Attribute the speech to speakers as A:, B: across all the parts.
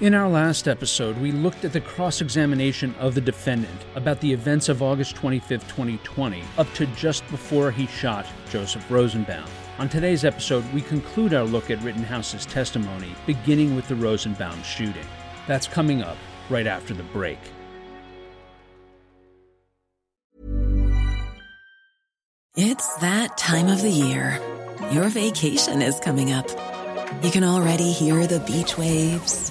A: In our last episode, we looked at the cross examination of the defendant about the events of August 25, 2020, up to just before he shot Joseph Rosenbaum. On today's episode, we conclude our look at Rittenhouse's testimony, beginning with the Rosenbaum shooting. That's coming up right after the break.
B: It's that time of the year. Your vacation is coming up. You can already hear the beach waves,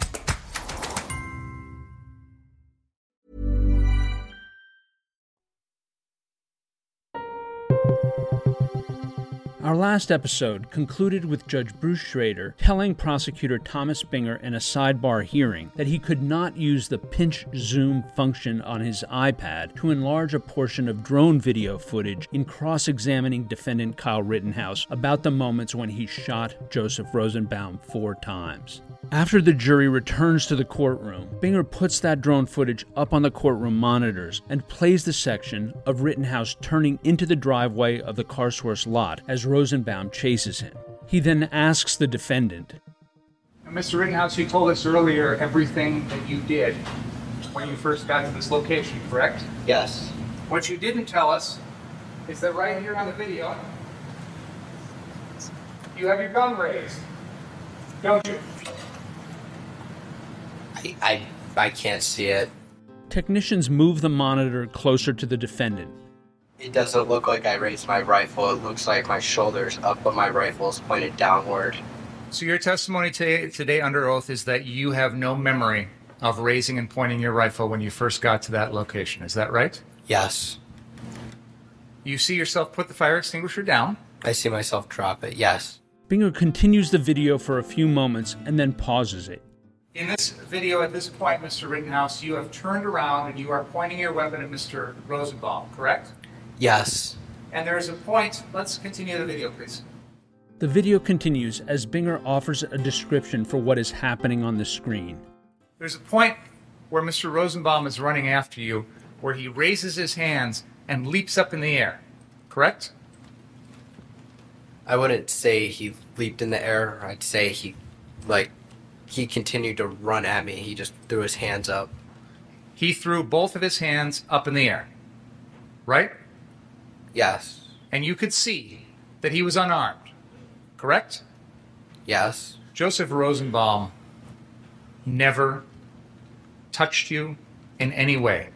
A: Our last episode concluded with Judge Bruce Schrader telling prosecutor Thomas Binger in a sidebar hearing that he could not use the pinch zoom function on his iPad to enlarge a portion of drone video footage in cross examining defendant Kyle Rittenhouse about the moments when he shot Joseph Rosenbaum four times. After the jury returns to the courtroom, Binger puts that drone footage up on the courtroom monitors and plays the section of Rittenhouse turning into the driveway of the Carsworth lot as Rosenbaum chases him. He then asks the defendant,
C: Mr. Rittenhouse, you told us earlier everything that you did when you first got to this location, correct?
D: Yes.
C: What you didn't tell us is that right here on the video, you have your gun raised, don't you?
D: I, I, I can't see it.
A: Technicians move the monitor closer to the defendant.
D: It doesn't look like I raised my rifle. It looks like my shoulder's up, but my rifle is pointed downward.
C: So your testimony today, today under oath is that you have no memory of raising and pointing your rifle when you first got to that location. Is that right?
D: Yes.
C: You see yourself put the fire extinguisher down.
D: I see myself drop it. Yes.
A: Binger continues the video for a few moments and then pauses it.
C: In this video, at this point, Mr. Rittenhouse, you have turned around and you are pointing your weapon at Mr. Rosenbaum, correct?
D: Yes.
C: And there is a point. Let's continue the video, please.
A: The video continues as Binger offers a description for what is happening on the screen.
C: There's a point where Mr. Rosenbaum is running after you, where he raises his hands and leaps up in the air, correct?
D: I wouldn't say he leaped in the air. I'd say he, like, he continued to run at me. He just threw his hands up.
C: He threw both of his hands up in the air, right?
D: Yes.
C: And you could see that he was unarmed, correct?
D: Yes.
C: Joseph Rosenbaum never touched you in any way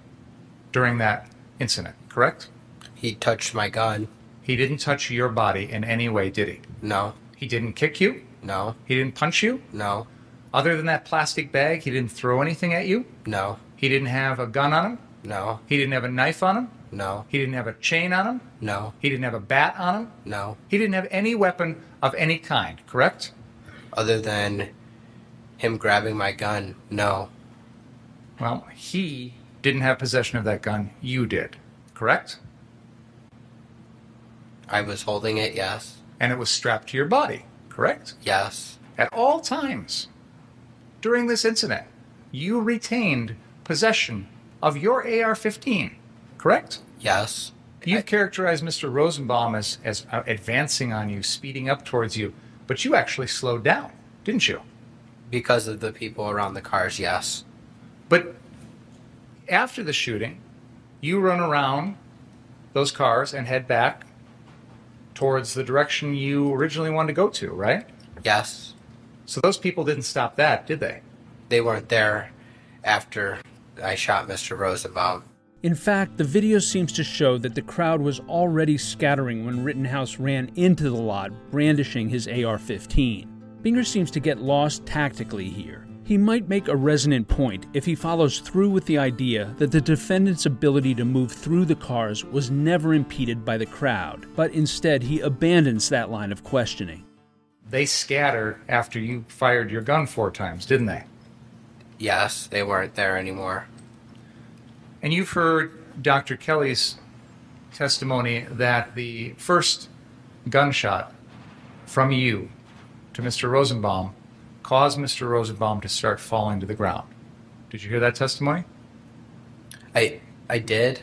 C: during that incident, correct?
D: He touched my gun.
C: He didn't touch your body in any way, did he?
D: No.
C: He didn't kick you?
D: No.
C: He didn't punch you?
D: No.
C: Other than that plastic bag, he didn't throw anything at you?
D: No.
C: He didn't have a gun on him?
D: No.
C: He didn't have a knife on him?
D: No.
C: He didn't have a chain on him?
D: No.
C: He didn't have a bat on him?
D: No.
C: He didn't have any weapon of any kind, correct?
D: Other than him grabbing my gun, no.
C: Well, he didn't have possession of that gun. You did, correct?
D: I was holding it, yes.
C: And it was strapped to your body, correct?
D: Yes.
C: At all times during this incident, you retained possession of your AR 15, correct?
D: Yes.
C: You characterized Mr. Rosenbaum as, as uh, advancing on you, speeding up towards you, but you actually slowed down, didn't you?
D: Because of the people around the cars, yes.
C: But after the shooting, you run around those cars and head back towards the direction you originally wanted to go to, right?
D: Yes.
C: So those people didn't stop that, did they?
D: They weren't there after I shot Mr. Rosenbaum.
A: In fact, the video seems to show that the crowd was already scattering when Rittenhouse ran into the lot brandishing his AR 15. Binger seems to get lost tactically here. He might make a resonant point if he follows through with the idea that the defendant's ability to move through the cars was never impeded by the crowd, but instead he abandons that line of questioning.
C: They scattered after you fired your gun four times, didn't they?
D: Yes, they weren't there anymore.
C: And you've heard Dr. Kelly's testimony that the first gunshot from you to Mr. Rosenbaum caused Mr. Rosenbaum to start falling to the ground. Did you hear that testimony?
D: I I did.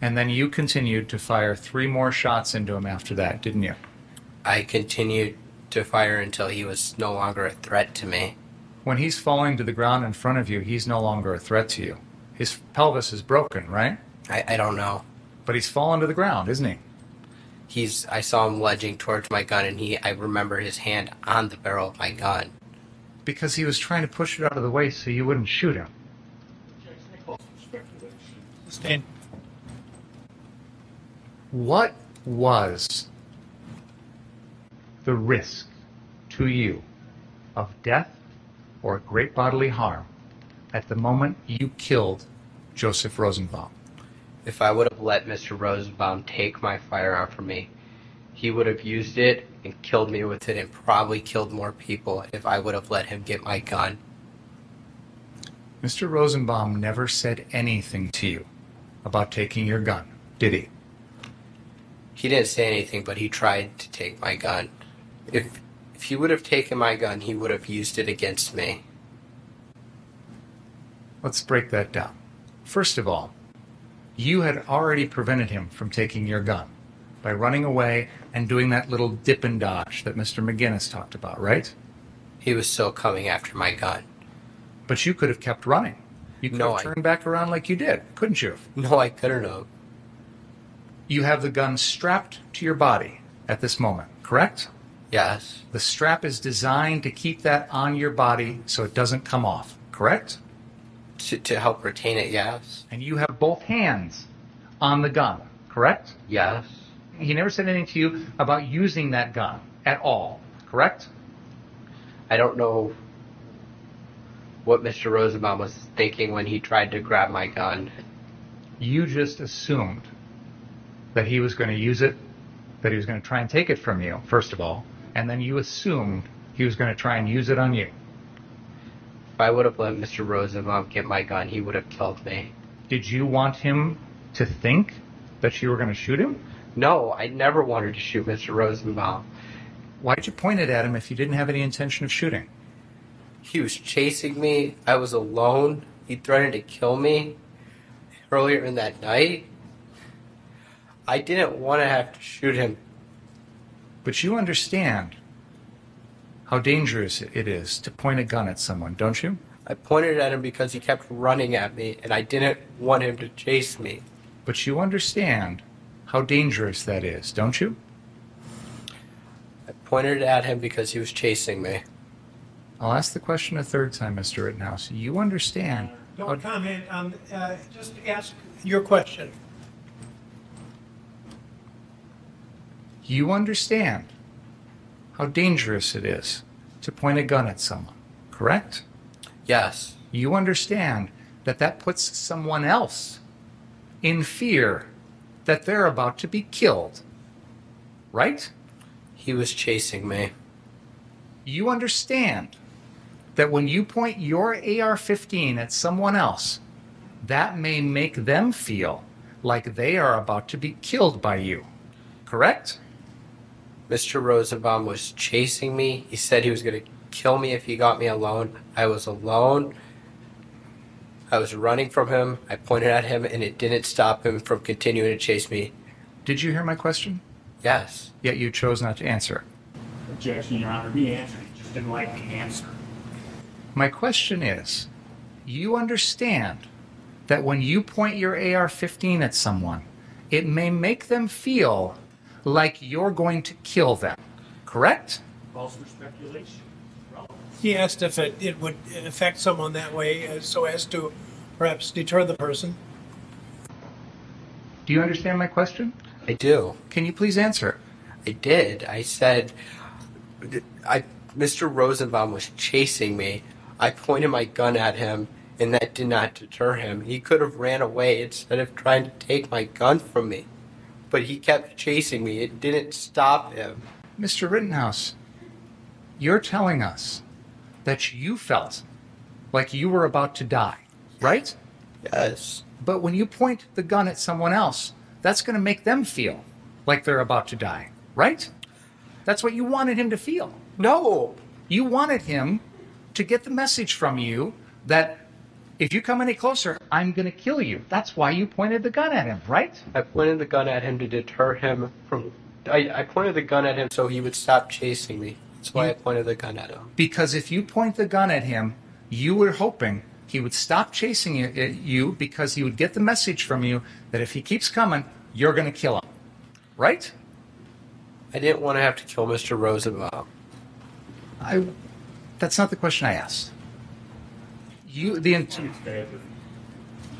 C: And then you continued to fire three more shots into him after that, didn't you?
D: I continued to fire until he was no longer a threat to me.
C: When he's falling to the ground in front of you, he's no longer a threat to you. His pelvis is broken, right?
D: I, I don't know.
C: But he's fallen to the ground, isn't he?
D: He's I saw him lunging towards my gun and he I remember his hand on the barrel of my gun.
C: Because he was trying to push it out of the way so you wouldn't shoot him.
E: Stand.
C: What was the risk to you of death or great bodily harm at the moment you killed Joseph Rosenbaum?
D: If I would have let Mr. Rosenbaum take my firearm from me, he would have used it and killed me with it and probably killed more people if I would have let him get my gun.
C: Mr. Rosenbaum never said anything to you about taking your gun, did he?
D: He didn't say anything, but he tried to take my gun. If if he would have taken my gun, he would have used it against me.
C: Let's break that down. First of all, you had already prevented him from taking your gun by running away and doing that little dip and dodge that Mr. McGinnis talked about, right?
D: He was still coming after my gun.
C: But you could have kept running. You could
D: No,
C: have
D: I-
C: turned back around like you did, couldn't you?
D: No, I couldn't have.
C: You have the gun strapped to your body at this moment, correct?
D: Yes.
C: The strap is designed to keep that on your body so it doesn't come off, correct?
D: To, to help retain it, yes.
C: And you have both hands on the gun, correct?
D: Yes.
C: He never said anything to you about using that gun at all, correct?
D: I don't know what Mr. Rosenbaum was thinking when he tried to grab my gun.
C: You just assumed that he was going to use it, that he was going to try and take it from you, first of all, and then you assumed he was going to try and use it on you.
D: If I would have let Mr. Rosenbaum get my gun, he would have killed me.
C: Did you want him to think that you were going to shoot him?
D: No, I never wanted to shoot Mr. Rosenbaum.
C: Why'd you point it at him if you didn't have any intention of shooting?
D: He was chasing me. I was alone. He threatened to kill me earlier in that night. I didn't want to have to shoot him.
C: But you understand how dangerous it is to point a gun at someone, don't you?
D: I pointed at him because he kept running at me, and I didn't want him to chase me.
C: But you understand how dangerous that is, don't you?
D: I pointed at him because he was chasing me.
C: I'll ask the question a third time, Mr. Rittenhouse. You understand.
E: Don't comment on, uh, just ask your question.
C: You understand how dangerous it is to point a gun at someone, correct?
D: Yes.
C: You understand that that puts someone else in fear that they're about to be killed, right?
D: He was chasing me.
C: you understand that when you point your AR 15 at someone else, that may make them feel like they are about to be killed by you. Correct?
D: Mr. Rosenbaum was chasing me. He said he was going to kill me if he got me alone. I was alone. I was running from him. I pointed at him, and it didn't stop him from continuing to chase me.
C: Did you hear my question?
D: Yes.
C: Yet you chose not to answer.
F: Objection, Your Honor. He answered. He just didn't like the answer.
C: My question is you understand that when you point your AR 15 at someone, it may make them feel like you're going to kill them. Correct?
F: Calls for speculation. Relevance.
E: He asked if it, it would affect someone that way uh, so as to perhaps deter the person.
C: Do you understand my question?
D: I do.
C: Can you please answer it?
D: I did. I said, I, Mr. Rosenbaum was chasing me. I pointed my gun at him, and that did not deter him. He could have ran away instead of trying to take my gun from me. But he kept chasing me. It didn't stop him.
C: Mr. Rittenhouse, you're telling us that you felt like you were about to die, right?
D: Yes.
C: But when you point the gun at someone else, that's going to make them feel like they're about to die, right? That's what you wanted him to feel.
D: No.
C: You wanted him to get the message from you that if you come any closer, I'm going to kill you. That's why you pointed the gun at him, right?
D: I pointed the gun at him to deter him from. I, I pointed the gun at him so he would stop chasing me. That's why I pointed the gun at him.
C: Because if you point the gun at him, you were hoping he would stop chasing you, at you because he would get the message from you that if he keeps coming, you're going to kill him, right?
D: I didn't want to have to kill Mr. Rosenbaum.
C: I. That's not the question I asked. You the int-
F: It's bad, but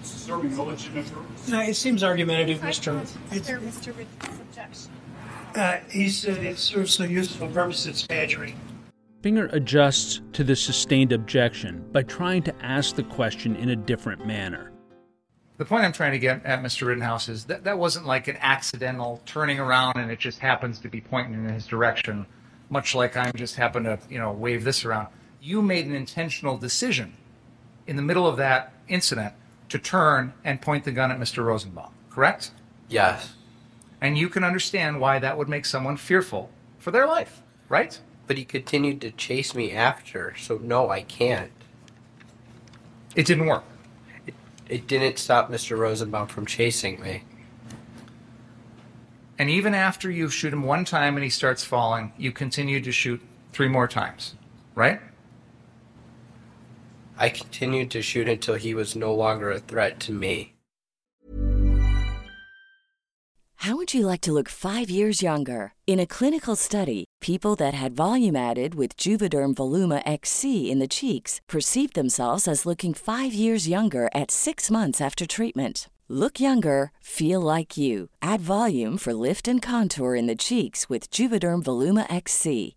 F: it's Serving a legitimate purpose.
E: No, it seems argumentative, Mr. It's-
G: There, Mr. Rittenhouse, objection.
E: Uh, he said it serves no useful purpose, it's badgering.
A: Binger adjusts to the sustained objection by trying to ask the question in a different manner.
C: the point I'm trying to get at, Mr. Rittenhouse, is that that wasn't like an accidental turning around and it just happens to be pointing in his direction, much like I'm just happen to you know wave this around. You made an intentional decision in the middle of that incident to turn and point the gun at Mr. Rosenbaum, correct?
D: Yes.
C: And you can understand why that would make someone fearful for their life, right?
D: But he continued to chase me after, so no, I can't.
C: It didn't work.
D: It didn't stop Mr. Rosenbaum from chasing me.
C: And even after you shoot him one time and he starts falling, you continue to shoot three more times, right?
D: I continued to shoot until he was no longer a threat to me.
B: How would you like to look five years younger? In a clinical study, people that had volume added with Juvederm Voluma XC in the cheeks perceived themselves as looking five years younger at six months after treatment. Look younger, feel like you. Add volume for lift and contour in the cheeks with Juvederm Voluma XC.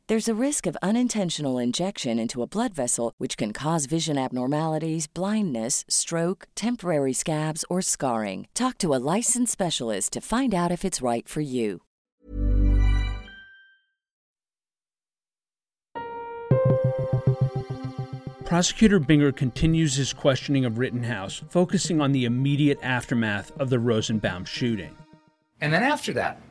B: There's a risk of unintentional injection into a blood vessel, which can cause vision abnormalities, blindness, stroke, temporary scabs, or scarring. Talk to a licensed specialist to find out if it's right for you.
A: Prosecutor Binger continues his questioning of Rittenhouse, focusing on the immediate aftermath of the Rosenbaum shooting.
C: And then after that,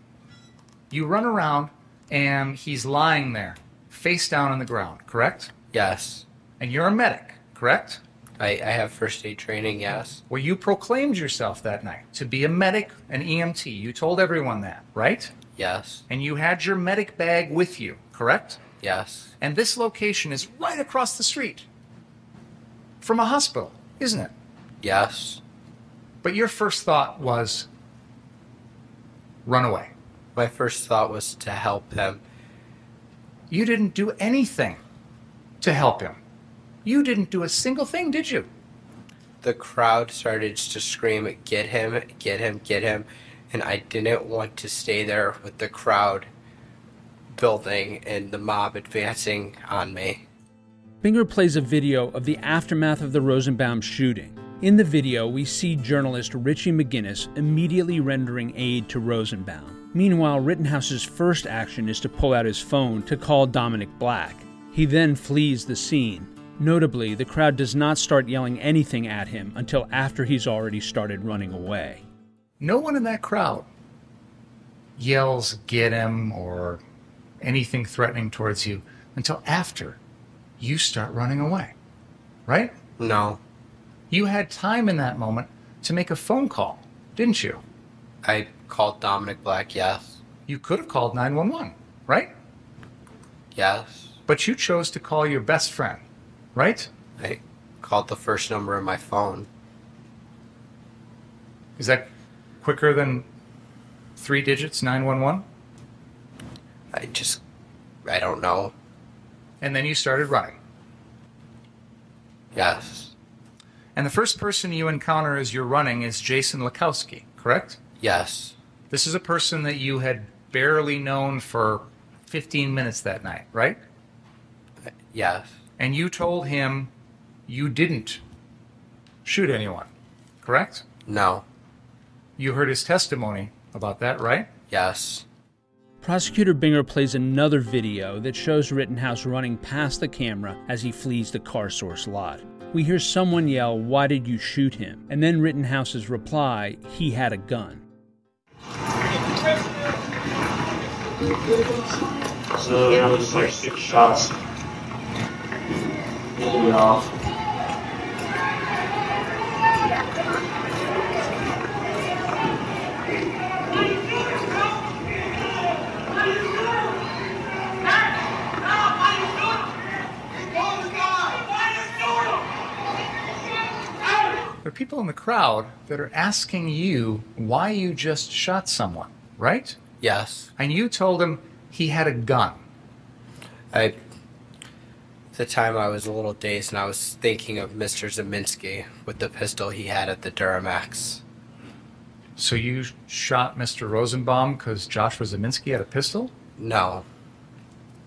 C: you run around and he's lying there, face down on the ground, correct?
D: Yes.
C: And you're a medic, correct?
D: I, I have first aid training, yes.
C: Well, you proclaimed yourself that night to be a medic, an EMT. You told everyone that, right?
D: Yes.
C: And you had your medic bag with you, correct?
D: Yes.
C: And this location is right across the street from a hospital, isn't it?
D: Yes.
C: But your first thought was run away.
D: My first thought was to help him.
C: You didn't do anything to help him. You didn't do a single thing, did you?
D: The crowd started to scream, Get him, get him, get him. And I didn't want to stay there with the crowd building and the mob advancing on me.
A: Binger plays a video of the aftermath of the Rosenbaum shooting. In the video, we see journalist Richie McGinnis immediately rendering aid to Rosenbaum. Meanwhile, Rittenhouse's first action is to pull out his phone to call Dominic Black. He then flees the scene. Notably, the crowd does not start yelling anything at him until after he's already started running away.
C: no one in that crowd yells get him or anything threatening towards you until after you start running away right
D: No,
C: you had time in that moment to make a phone call didn't you
D: I called Dominic Black, yes.
C: you could have called 911 right
D: Yes.
C: but you chose to call your best friend right
D: I called the first number on my phone.
C: Is that quicker than three digits, 911?
D: I just, I don't know.
C: And then you started running.
D: Yes.
C: And the first person you encounter as you're running is Jason Lakowski, correct?
D: Yes.
C: This is a person that you had barely known for 15 minutes that night, right?
D: Yes.
C: And you told him you didn't shoot anyone, correct?
D: No.
C: You heard his testimony about that, right?
D: Yes.
A: Prosecutor Binger plays another video that shows Rittenhouse running past the camera as he flees the car source lot. We hear someone yell, Why did you shoot him? And then Rittenhouse's reply, He had a gun.
F: So that was like six shots. Pulled it off.
C: There are people in the crowd that are asking you why you just shot someone, right?
D: Yes.
C: And you told him he had a gun.
D: I. At the time, I was a little dazed, and I was thinking of Mr. Zeminski with the pistol he had at the Duramax.
C: So you shot Mr. Rosenbaum because Joshua Zeminski had a pistol?
D: No.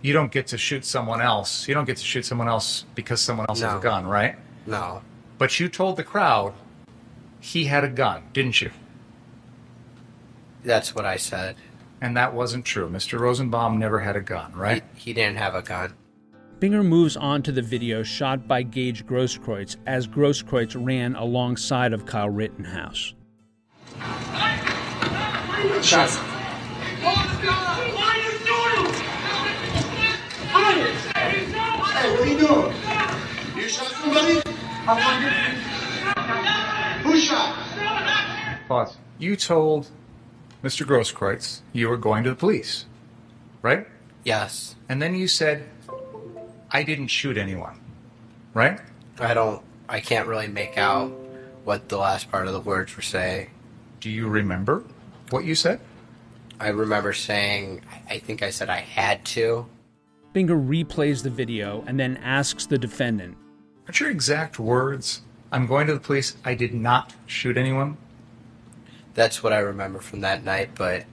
C: You don't get to shoot someone else. You don't get to shoot someone else because someone else has a
D: No.
C: gun, right?
D: No.
C: But you told the crowd he had a gun, didn't you?
D: That's what I said.
C: And that wasn't true. Mr. Rosenbaum never had a gun, right?
D: He, he didn't have a gun.
A: Binger moves on to the video shot by Gage Grosskreutz as Grosskreutz ran alongside of Kyle Rittenhouse.
G: Shots.
H: Hey, what are you doing? You shot somebody? Who shot?
C: Pause. You told Mr. Grosskreutz you were going to the police, right?
D: Yes.
C: And then you said, I didn't shoot anyone, right?
D: I don't. I can't really make out what the last part of the words were saying.
C: Do you remember what you said?
D: I remember saying, I- I think I said I had to.
A: Binger replays the video and then asks the defendant,
C: Aren't your exact words, I'm going to the police, I did not shoot anyone?
D: That's what I remember from that night, but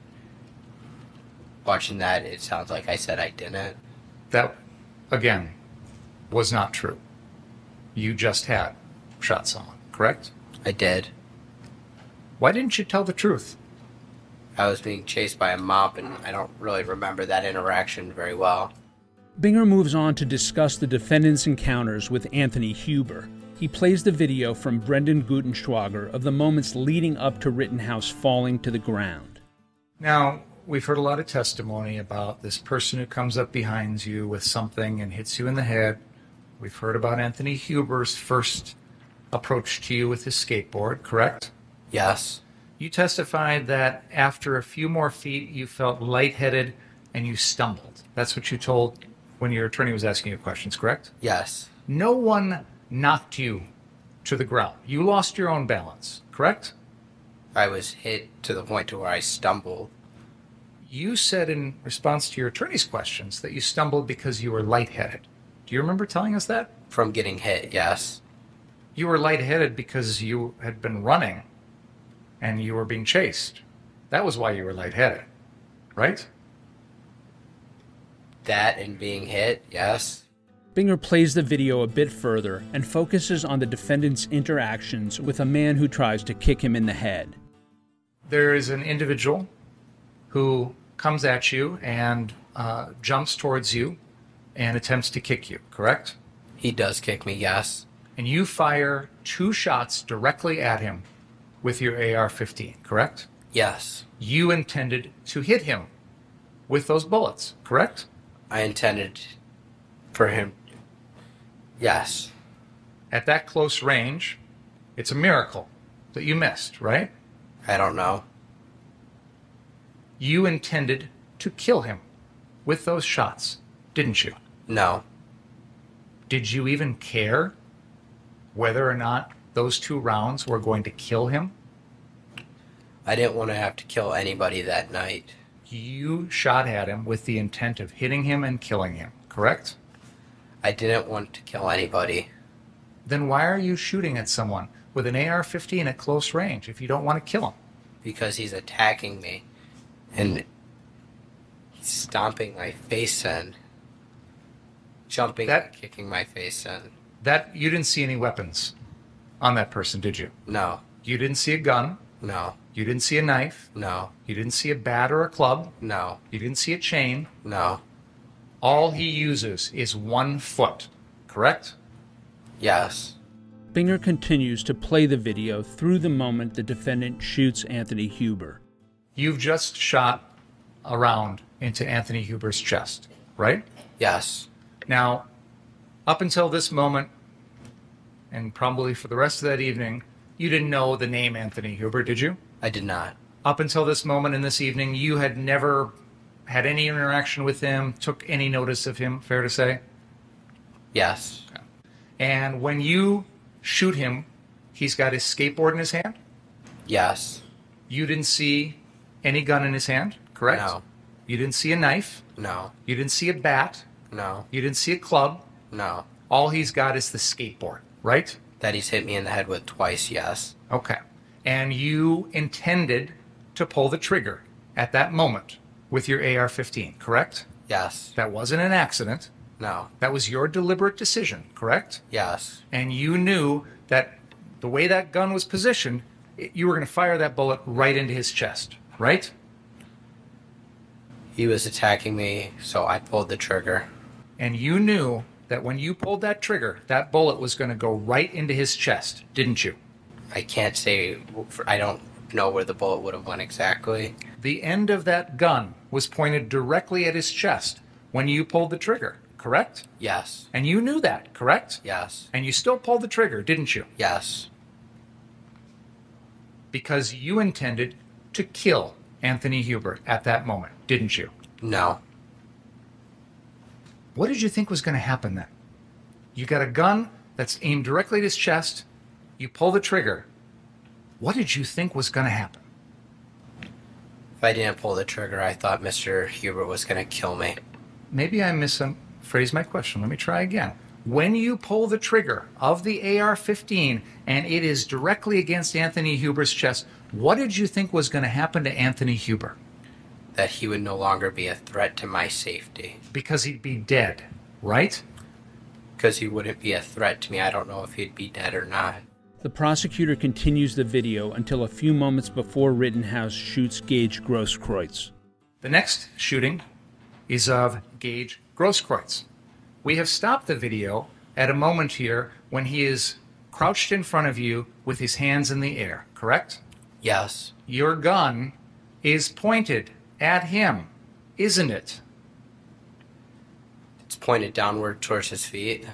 D: watching that, it sounds like I said I didn't.
C: That, again, was not true. You just had shot someone, correct?
D: I did.
C: Why didn't you tell the truth?
D: I was being chased by a mop, and I don't really remember that interaction very well.
A: Binger moves on to discuss the defendant's encounters with Anthony Huber. He plays the video from Brendan Gutenschwager of the moments leading up to Rittenhouse falling to the ground.
C: Now, we've heard a lot of testimony about this person who comes up behind you with something and hits you in the head. We've heard about Anthony Huber's first approach to you with his skateboard, correct?
D: Yes.
C: You testified that after a few more feet, you felt lightheaded and you stumbled. That's what you told when your attorney was asking you questions, correct?
D: Yes.
C: No one knocked you to the ground. You lost your own balance, correct?
D: I was hit to the point to where I stumbled.
C: You said in response to your attorney's questions that you stumbled because you were lightheaded. Do you remember telling us that?
D: From getting hit, yes.
C: You were lightheaded because you had been running and you were being chased. That was why you were lightheaded, right?
D: That and being hit, yes.
A: Binger plays the video a bit further and focuses on the defendant's interactions with a man who tries to kick him in the head.
C: there is an individual who comes at you and uh, jumps towards you and attempts to kick you, correct?
D: He does kick me, yes.
C: And you fire two shots directly at him with your AR 15, correct?
D: Yes.
C: You intended to hit him with those bullets, correct?
D: I intended for him. Yes.
C: At that close range, it's a miracle that you missed, right?
D: I don't know.
C: You intended to kill him with those shots, didn't you?
D: No.
C: Did you even care whether or not those two rounds were going to kill him.
D: I didn't want to have to kill anybody that night.
C: You shot at him with the intent of hitting him and killing him, correct?
D: I didn't want to kill anybody.
C: Then why are you shooting at someone with an AR 15 at close range if you don't want to kill him?
D: because he's attacking me and he's stomping my face in, jumping
C: That-
D: and kicking my face in.
C: That you didn't see any weapons on that person, did you?
D: No,
C: You didn't see a gun,
D: no,
C: you didn't see a knife,
D: no,
C: you didn't see a bat or a club,
D: no,
C: you didn't see a chain.
D: no.
C: All he uses is one foot, correct?
D: Yes,
A: Binger continues to play the video through the moment the defendant shoots Anthony Huber.
C: You've just shot a round into Anthony Huber's chest, right?
D: yes,
C: Now, up until this moment, and probably for the rest of that evening, you didn't know the name Anthony Huber, did you?
D: I did not.
C: Up until this moment and this evening, you had never had any interaction with him, took any notice of him, fair to say?
D: Yes,
C: And when you shoot him, he's got his skateboard in his hand.
D: yes,
C: You didn't see any gun in his hand, correct?
D: No.
C: You didn't see a knife.
D: no,
C: You didn't see a bat.
D: no,
C: You didn't see a club.
D: no.
C: All he's got is the skateboard, right?
D: That he's hit me in the head with twice, yes,
C: Okay. And you intended to pull the trigger at that moment with your AR 15, correct?
D: yes,
C: That wasn't an accident.
D: no,
C: That was your deliberate decision, correct?
D: yes,
C: And you knew that the way that gun was positioned, it- you were going to fire that bullet right into his chest, right?
D: he was attacking me, so I pulled the trigger.
C: And you knew that when you pulled that trigger, that bullet was going to go right into his chest, didn't you?
D: I can't say, I don't know where the bullet would have went exactly.
C: The end of that gun was pointed directly at his chest when you pulled the trigger, correct?
D: Yes,
C: And you knew that, correct?
D: yes.
C: And you still pulled the trigger, didn't you?
D: Yes.
C: Because you intended to kill Anthony Huber at that moment, didn't you?
D: No.
C: What did you think was going to happen then? You got a gun that's aimed directly at his chest, you pull the trigger. What did you think was going to happen?
D: If I didn't pull the trigger, I thought Mr. Huber was going to kill me.
C: Maybe I misphrased my question. Let me try again. When you pull the trigger of the AR 15 and it is directly against Anthony Huber's chest, what did you think was going to happen to Anthony Huber?
D: That he would no longer be a threat to my safety.
C: Because he'd be dead, right?
D: Because he wouldn't be a threat to me. I don't know if he'd be dead or not.
A: The prosecutor continues the video until a few moments before Rittenhouse shoots Gage Grosskreutz.
C: The next shooting is of Gage Grosskreutz. We have stopped the video at a moment here when he is crouched in front of you with his hands in the air, correct?
D: Yes.
C: Your gun is pointed at him, isn't it?
D: It's pointed downward towards his feet.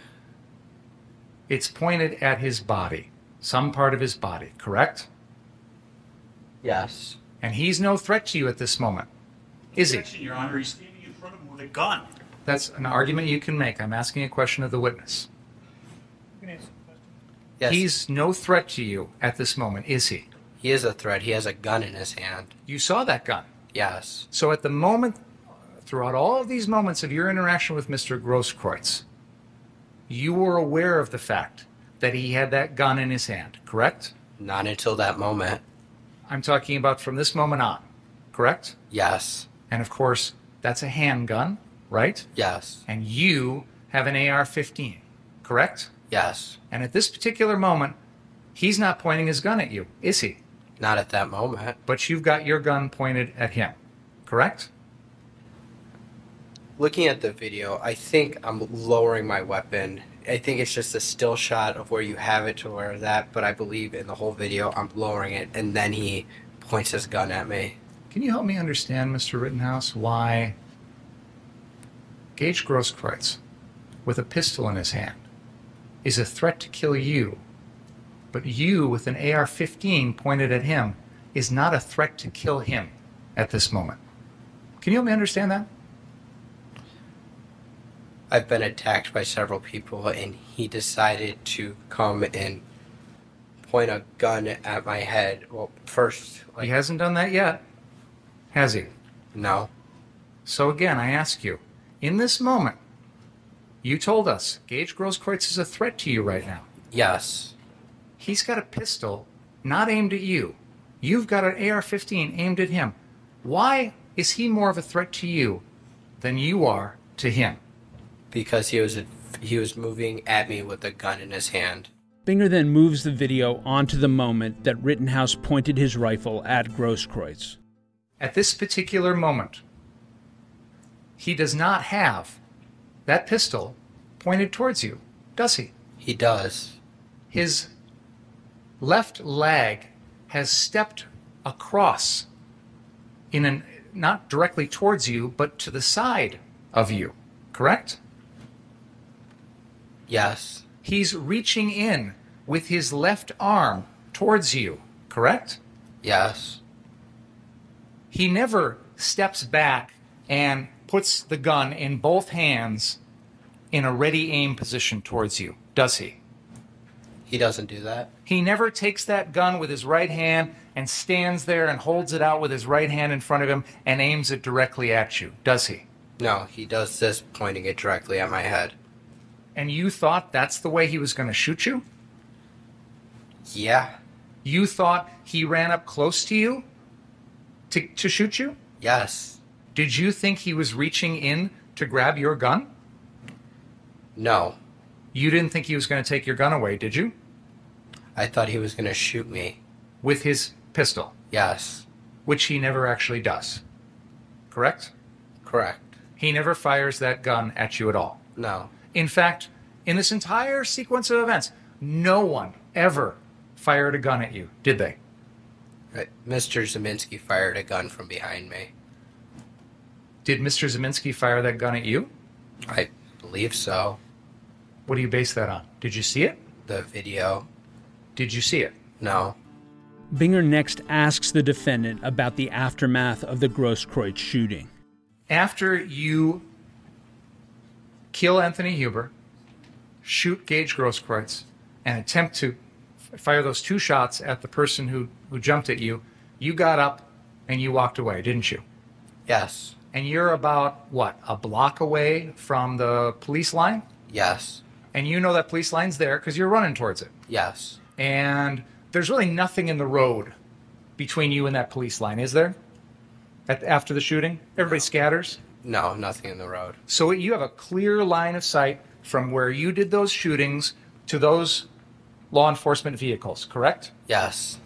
C: It's pointed at his body, some part of his body, correct?
D: Yes.
C: And he's no threat to you at this moment, is he?
F: Objection, Your Honor, he's standing in front of him with a gun.
C: That's an argument you can make. I'm asking a question of the witness.
D: Yes.
C: He's no threat to you at this moment, is he?
D: he is a threat. He has a gun in his hand.
C: You saw that gun.
D: Yes.
C: So at the moment, throughout all of these moments of your interaction with Mr. Grosskreutz, you were aware of the fact that he had that gun in his hand, correct?
D: Not until that moment.
C: I'm talking about from this moment on, correct?
D: Yes.
C: And of course, that's a handgun, right?
D: Yes.
C: And you have an AR 15, correct?
D: Yes.
C: And at this particular moment, he's not pointing his gun at you, is he?
D: Not at that moment.
C: But you've got your gun pointed at him, correct?
D: Looking at the video, I think I'm lowering my weapon. I think it's just a still shot of where you have it to where that, but I believe in the whole video I'm lowering it and then he points his gun at me.
C: Can you help me understand, Mr. Rittenhouse, why Gage Grosskreutz, with a pistol in his hand, is a threat to kill you, but you, with an AR 15 pointed at him, is not a threat to kill him at this moment? Can you help me understand that?
D: I've been attacked by several people, and he decided to come and point a gun at my head. Well, first,
C: He
D: like,
C: hasn't done that yet, has he?
D: no.
C: So again, I ask you, in this moment, you told us Gage Grosskreutz is a threat to you right now.
D: Yes.
C: He's got a pistol not aimed at you. You've got an AR 15 aimed at him. Why is he more of a threat to you than you are to him?
D: because he was he was moving at me with a gun in his hand.
A: Binger then moves the video onto the moment that Rittenhouse pointed his rifle at Grosskreutz.
C: At this particular moment, he does not have that pistol pointed towards you, does he?
D: He does.
C: His left leg has stepped across in an not directly towards you, but to the side of you, correct?
D: Yes.
C: He's reaching in with his left arm towards you, correct?
D: Yes.
C: He never steps back and puts the gun in both hands in a ready aim position towards you, does he?
D: He doesn't do that.
C: He never takes that gun with his right hand and stands there and holds it out with his right hand in front of him and aims it directly at you, does he?
D: No, he does this pointing it directly at my head.
C: And you thought that's the way he was going to shoot you?
D: Yeah.
C: You thought he ran up close to you to, to shoot you?
D: Yes.
C: Did you think he was reaching in to grab your gun?
D: No.
C: You didn't think he was going to take your gun away, did you?
D: I thought he was going to shoot me.
C: With his pistol,
D: Yes.
C: which he never actually does. Correct?
D: Correct.
C: He never fires that gun at you at all.
D: No.
C: In fact, in this entire sequence of events, no one ever fired a gun at you, did they?
D: Right. Mr. Uh, Zeminski fired a gun from behind me.
C: Did Mr. Zeminski fire that gun at you?
D: I believe so.
C: What do you base that on? Did you see it?
D: The video.
C: Did you see it?
D: No.
A: Binger next asks the defendant about the aftermath of the Grosskreutz shooting.
C: after you kill Anthony Huber, shoot Gage Grosskreutz, and attempt to f- fire those two shots at the person who, who jumped at you, you got up and you walked away, didn't you?
D: Yes.
C: And you're about, what, a block away from the police line?
D: Yes.
C: And you know that police line's there because you're running towards it.
D: Yes.
C: And there's really nothing in the road between you and that police line, is there? At, after the shooting? Everybody scatters?
D: No, nothing in the road.
C: So you have a clear line of sight from where you did those shootings to those law enforcement vehicles, correct?
D: Yes.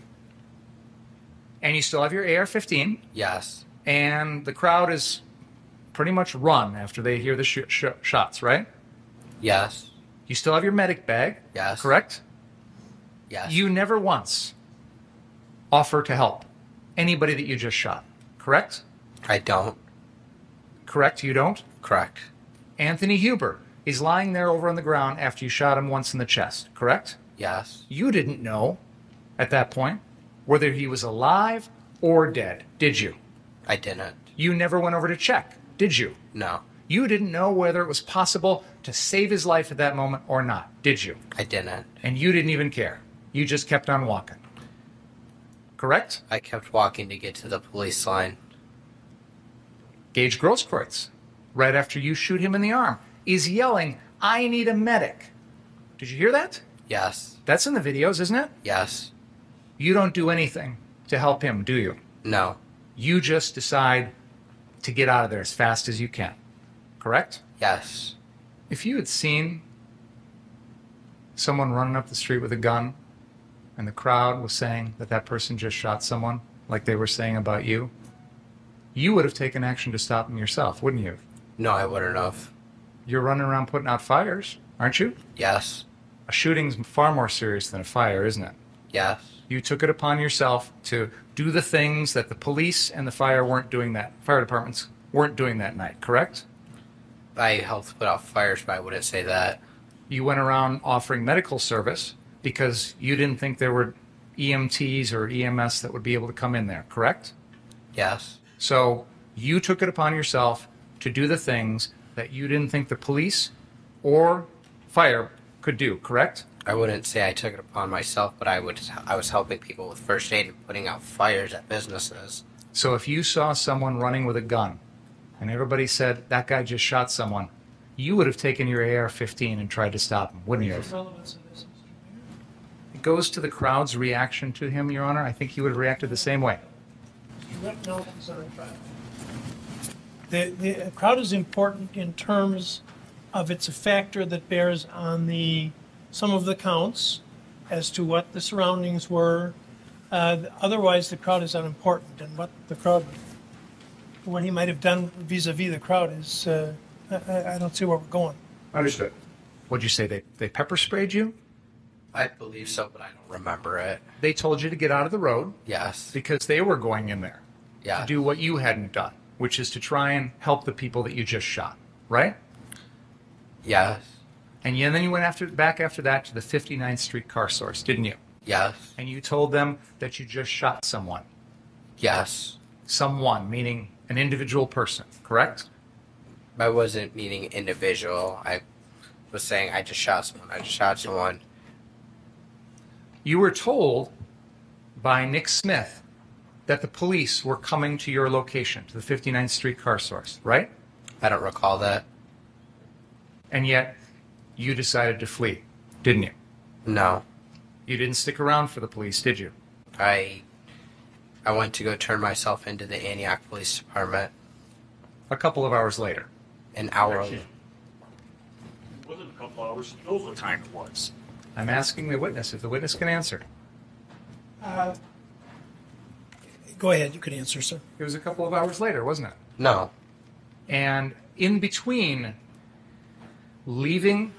C: And you still have your AR 15,
D: Yes.
C: and the crowd is pretty much run after they hear the sh- sh- shots, right?
D: Yes.
C: You still have your medic bag,
D: Yes.
C: correct?
D: Yes.
C: You never once offer to help anybody that you just shot, correct?
D: I don't.
C: Correct, you don't?
D: Correct.
C: Anthony Huber is lying there over on the ground after you shot him once in the chest, correct?
D: Yes.
C: You didn't know at that point whether he was alive or dead, did you?
D: I didn't.
C: You never went over to check, did you?
D: No.
C: You didn't know whether it was possible to save his life at that moment or not, did you?
D: I didn't.
C: And you didn't even care. You just kept on walking. Correct?
D: I kept walking to get to the police line.
C: Gage Grosskreutz, right after you shoot him in the arm, is yelling, I need a medic. Did you hear that?
D: Yes.
C: That's in the videos, isn't it?
D: Yes.
C: You don't do anything to help him, do you?
D: No.
C: you just decide to get out of there as fast as you can. Correct?
D: Yes.
C: If you had seen someone running up the street with a gun and the crowd was saying that that person just shot someone, like they were saying about you, you would have taken action to stop them yourself, wouldn't you?
D: No, I wouldn't have.
C: You're running around putting out fires, aren't you?
D: Yes.
C: A shooting's far more serious than a fire, isn't it?
D: Yes.
C: You took it upon yourself to do the things that the police and the fire weren't doing that, fire departments weren't doing that night, correct?
D: I helped put out fires, but I wouldn't say that.
C: you went around offering medical service because you didn't think there were EMTs or EMS that would be able to come in there, correct?
D: Yes.
C: So you took it upon yourself to do the things that you didn't think the police or fire could do, correct?
D: I wouldn't say I took it upon myself, but I would. I was helping people with first aid and putting out fires at businesses.
C: So if you saw someone running with a gun and everybody said, that guy just shot someone, you would have taken your AR 15 and tried to stop him, wouldn't you? have?
E: Relevance of this, Mr. Mayor?
C: It goes to the crowd's reaction to him, Your Honor. I think he would have reacted the same way.
E: You let no one's on trial. The, the crowd is important in terms of it's a factor that bears on the, some of the counts as to what the surroundings were. Uh, otherwise, the crowd is unimportant and what the crowd, what he might have done vis-à-vis the crowd is, uh, I- I, I don't see where we're going.
C: Understood. What'd you say? They, they pepper sprayed you?
D: I believe so, but I don't remember it.
C: They told you to get out of the road
D: Yes.
C: because they were going in there
D: Yeah.
C: to do what you hadn't done, which is to try and help the people that you just shot, right?
D: Yes.
C: And yeah, then you went after back after that to the 59th Street car source, didn't you?
D: Yes.
C: And you told them that you just shot someone.
D: Yes.
C: Someone, meaning an individual person, correct?
D: I wasn't meaning individual. I was saying I just shot someone. I just shot someone.
C: You were told by Nick Smith that the police were coming to your location, to the 59th Street car source, right?
D: I don't recall that.
C: And yet you decided to flee, didn't you?
D: No.
C: You didn't stick around for the police, did you?
D: I I went to go turn myself into the Antioch Police Department
C: A couple of hours later.
D: an hour.
F: Actually, It wasn't a couple hours. You know what time it was.
C: I'm asking the witness if the witness can answer.
E: Go ahead, you can answer, sir.
C: It was a couple of hours later, wasn't it?
D: No.
C: And in between leaving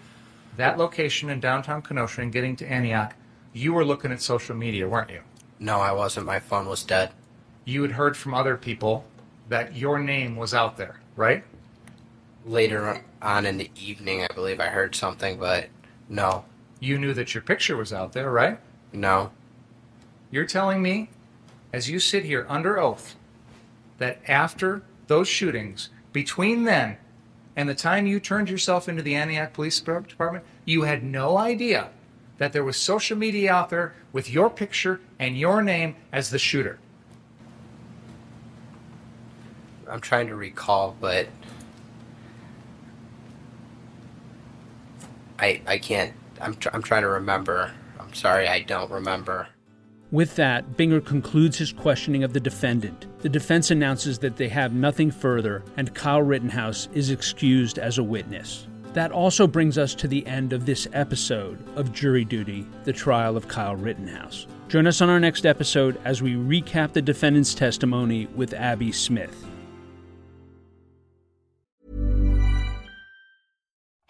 C: that location in downtown Kenosha and getting to Antioch, you were looking at social media, weren't you?
D: No, I wasn't. My phone was dead.
C: You had heard from other people that your name was out there, right?
D: Later on in the evening, I believe I heard something, but no.
C: You knew that your picture was out there, right?
D: No.
C: You're telling me, as you sit here under oath, that after those shootings, between then and the time you turned yourself into the Antioch Police Department, you had no idea that there was social media out there with your picture and your name as the shooter.
D: I'm trying to recall, but I I can't. I'm tr- I'm trying to remember. I'm sorry, I don't remember.
A: With that, Binger concludes his questioning of the defendant. The defense announces that they have nothing further, and Kyle Rittenhouse is excused as a witness. That also brings us to the end of this episode of Jury Duty The Trial of Kyle Rittenhouse. Join us on our next episode as we recap the defendant's testimony with Abby Smith.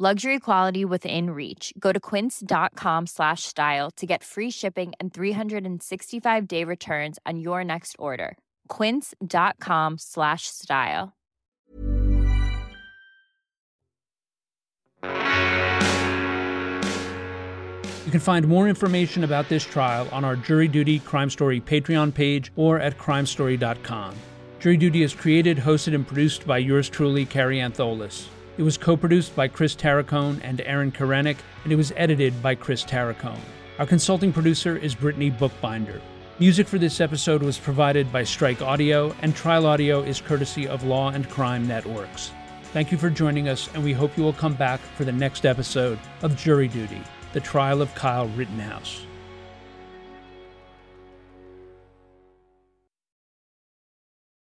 G: Luxury quality within reach. Go to quince.com slash style to get free shipping and 365 day returns on your next order. Quince.com slash style.
A: You can find more information about this trial on our Jury Duty Crime Story Patreon page or at crimestory.com. Jury Duty is created, hosted, and produced by yours truly, Carrie Antholis. It was co produced by Chris Tarracone and Aaron Karenik, and it was edited by Chris Tarracone. Our consulting producer is Brittany Bookbinder. Music for this episode was provided by Strike Audio, and Trial Audio is courtesy of Law and Crime Networks. Thank you for joining us, and we hope you will come back for the next episode of Jury Duty The Trial of Kyle Rittenhouse.